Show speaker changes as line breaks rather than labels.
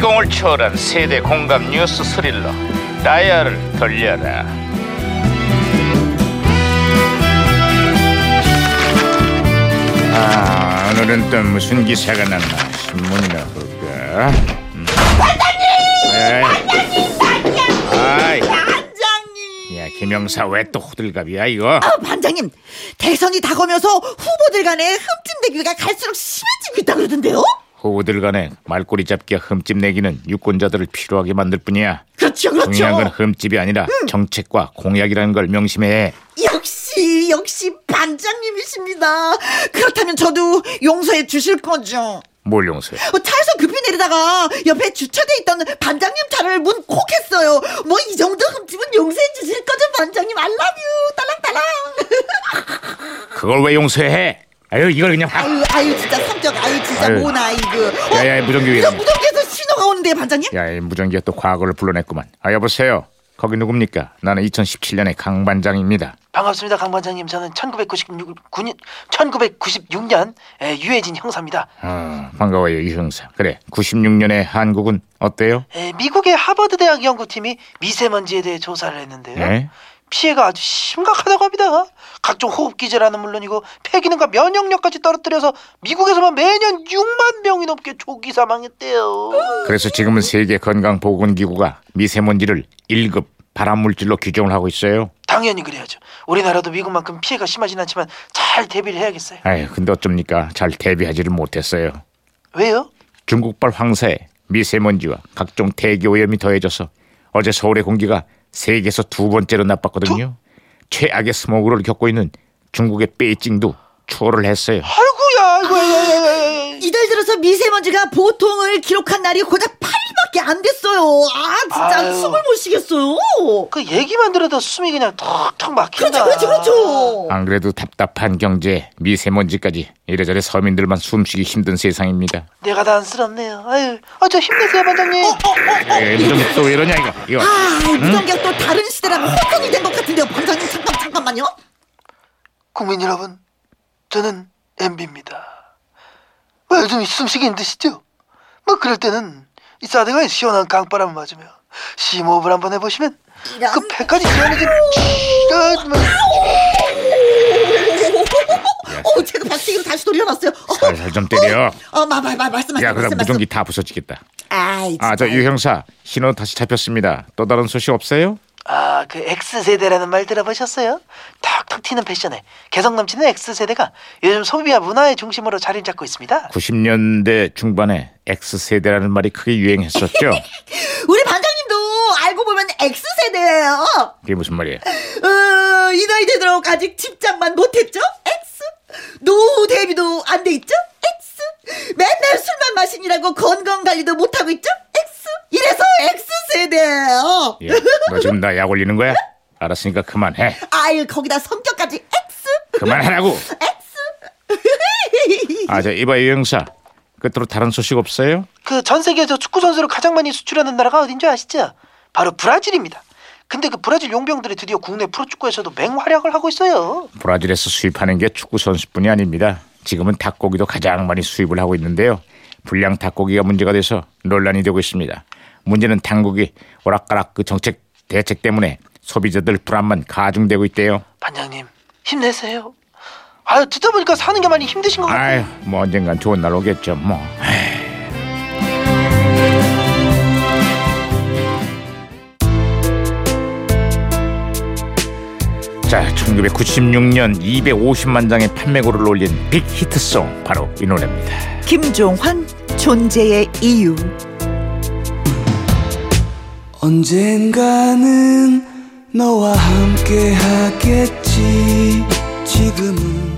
감동을 초월한 세대 공감 뉴스 스릴러 다이얼을 돌려라 아 오늘은 또 무슨 기사가 났나 신문이나 볼까 음. 반장님 반장님 반장님
반장님.
야 김영사 왜 또 호들갑이야 이거
아, 반장님 대선이 다가오면서 후보들 간의 흠집 대기가 갈수록 심해지고 있다 그러던데요?
호들 간에 말꼬리 잡기와 흠집 내기는 유권자들을 필요하게 만들 뿐이야
그렇죠, 그렇죠. 음.
중요한 건 흠집이 아니라 정책과 공약이라는 걸 명심해.
역시 역시 반장님이십니다. 그렇다면 저도 용서해 주실 거죠?
뭘 용서해?
어, 차에서 급히 내리다가 옆에 주차돼 있던 반장님 차를 문 콕했어요. 뭐 이 정도 흠집은 용서해 주실 거죠, 반장님? 알라뷰 딸랑딸랑.
그걸 왜 용서해? 아유 이걸 그냥 확.
아유 아유 진짜 삼적 아유 진짜
아유.
모나 어? 이거.
야, 야, 무전기.
저 무전기에서 신호가 오는데 반장님?
야, 이 무전기가 또 과거를 불러냈구만. 아 여보세요. 거기 누굽니까? 나는 2017년의 강 반장입니다.
반갑습니다, 강 반장님. 저는 1996년 1996년 에, 유해진 형사입니다.
아, 반가워요 이 형사. 그래, 96년의 한국은 어때요?
에, 미국의 하버드 대학 연구팀이 미세먼지에 대해 조사를 했는데요.
예?
피해가 아주 심각하다고 합니다. 각종 호흡 기질환은 물론이고 폐기능과 면역력까지 떨어뜨려서 미국에서만 매년 6만 명이 넘게 조기 사망했대요.
그래서 지금은 세계 건강보건기구가 미세먼지를 1급 발암물질로 규정을 하고 있어요.
당연히 그래야죠. 우리나라도 미국만큼 피해가 심하진 않지만 잘 대비를 해야겠어요.
아유, 근데 어쩝니까? 잘 대비하지를 못했어요.
왜요?
중국발 황사에 미세먼지와 각종 대기 오염이 더해져서 어제 서울의 공기가 세계에서 두 번째로 나빴거든요. 최악의 스모그를 겪고 있는 중국의 베이징도 추월을 했어요.
아이고야, 아이고야.
이달 들어서 미세먼지가 보통을 기록한 날이 고작 8일밖에 안 됐어요. 아 진짜
아유.
숨을 못 쉬겠어요.
그 얘기만 들어도 숨이 그냥 턱턱 막힌다.
그렇죠 그렇죠 그렇죠.
안 그래도 답답한 경제, 미세먼지까지 이래저래 서민들만 숨쉬기 힘든 세상입니다.
내가 다 안쓰럽네요. 아유, 아, 저 힘내세요, 반장님.
어,
에이, 무슨 또왜 이러냐 이거. 이거.
아 무전기가 또 다른 시대랑 혼선이 된 것 같은데요. 반장님 잠깐 잠깐만요.
국민 여러분, 저는 MB입니다. 뭐 요즘 숨쉬기 힘드시죠? 뭐 그럴 때는 이 사드가 시원한 강바람을 맞으며 심호흡을 한번 해보시면
이런.
그 배까지 시원해진 쥐가 뭐
어 제가 박치기로 다시 돌려놨어요. 어,
살살 좀 때려.
어마마마 말씀하세요.
야, 그다
말씀,
무전기 다 부서지겠다.
말씀. 아이
아, 저 유 형사 신호 다시 잡혔습니다. 또 다른 소식 없어요?
아, 그 X세대라는 말 들어보셨어요? 탁탁 튀는 패션에 개성 넘치는 X세대가 요즘 소비와 문화의 중심으로 자리를 잡고 있습니다.
90년대 중반에 X세대라는 말이 크게 유행했었죠.
우리 반장님도 알고 보면 X 세대예요.
그게 무슨 말이에요?
어, 이 나이 되도록 아직 집장만 못했죠? X. 노후 대비도 안 돼 있죠? X. 맨날 술만 마시느라고 건강 관리도 못하고 있죠? X. 이래서 X 세대예요. 어.
야, 너 지금 나 약 올리는 거야? 알았으니까 그만해.
아유, 거기다 성격까지 X.
그만하라고.
X.
아, 저 이봐 유 형사. 끝으로 다른 소식 없어요?
그 전 세계에서 축구 선수를 가장 많이 수출하는 나라가 어딘 줄 아시죠? 바로 브라질입니다. 근데 그 브라질 용병들이 드디어 국내 프로축구에서도 맹활약을 하고 있어요.
브라질에서 수입하는 게 축구 선수뿐이 아닙니다. 지금은 닭고기도 가장 많이 수입을 하고 있는데요. 불량 닭고기가 문제가 돼서 논란이 되고 있습니다. 문제는 당국이 오락가락 그 정책 대책 때문에 소비자들 불안만 가중되고 있대요.
반장님 힘내세요. 아유 듣다 보니까 사는 게 많이 힘드신 것 같아요.
아휴, 뭐 언젠간 좋은 날 오겠죠, 뭐. 자, 1996년 250만 장의 판매고를 올린 빅 히트송 바로 이 노래입니다.
김종환 존재의 이유.
언젠가는 너와 함께 하겠지 지금은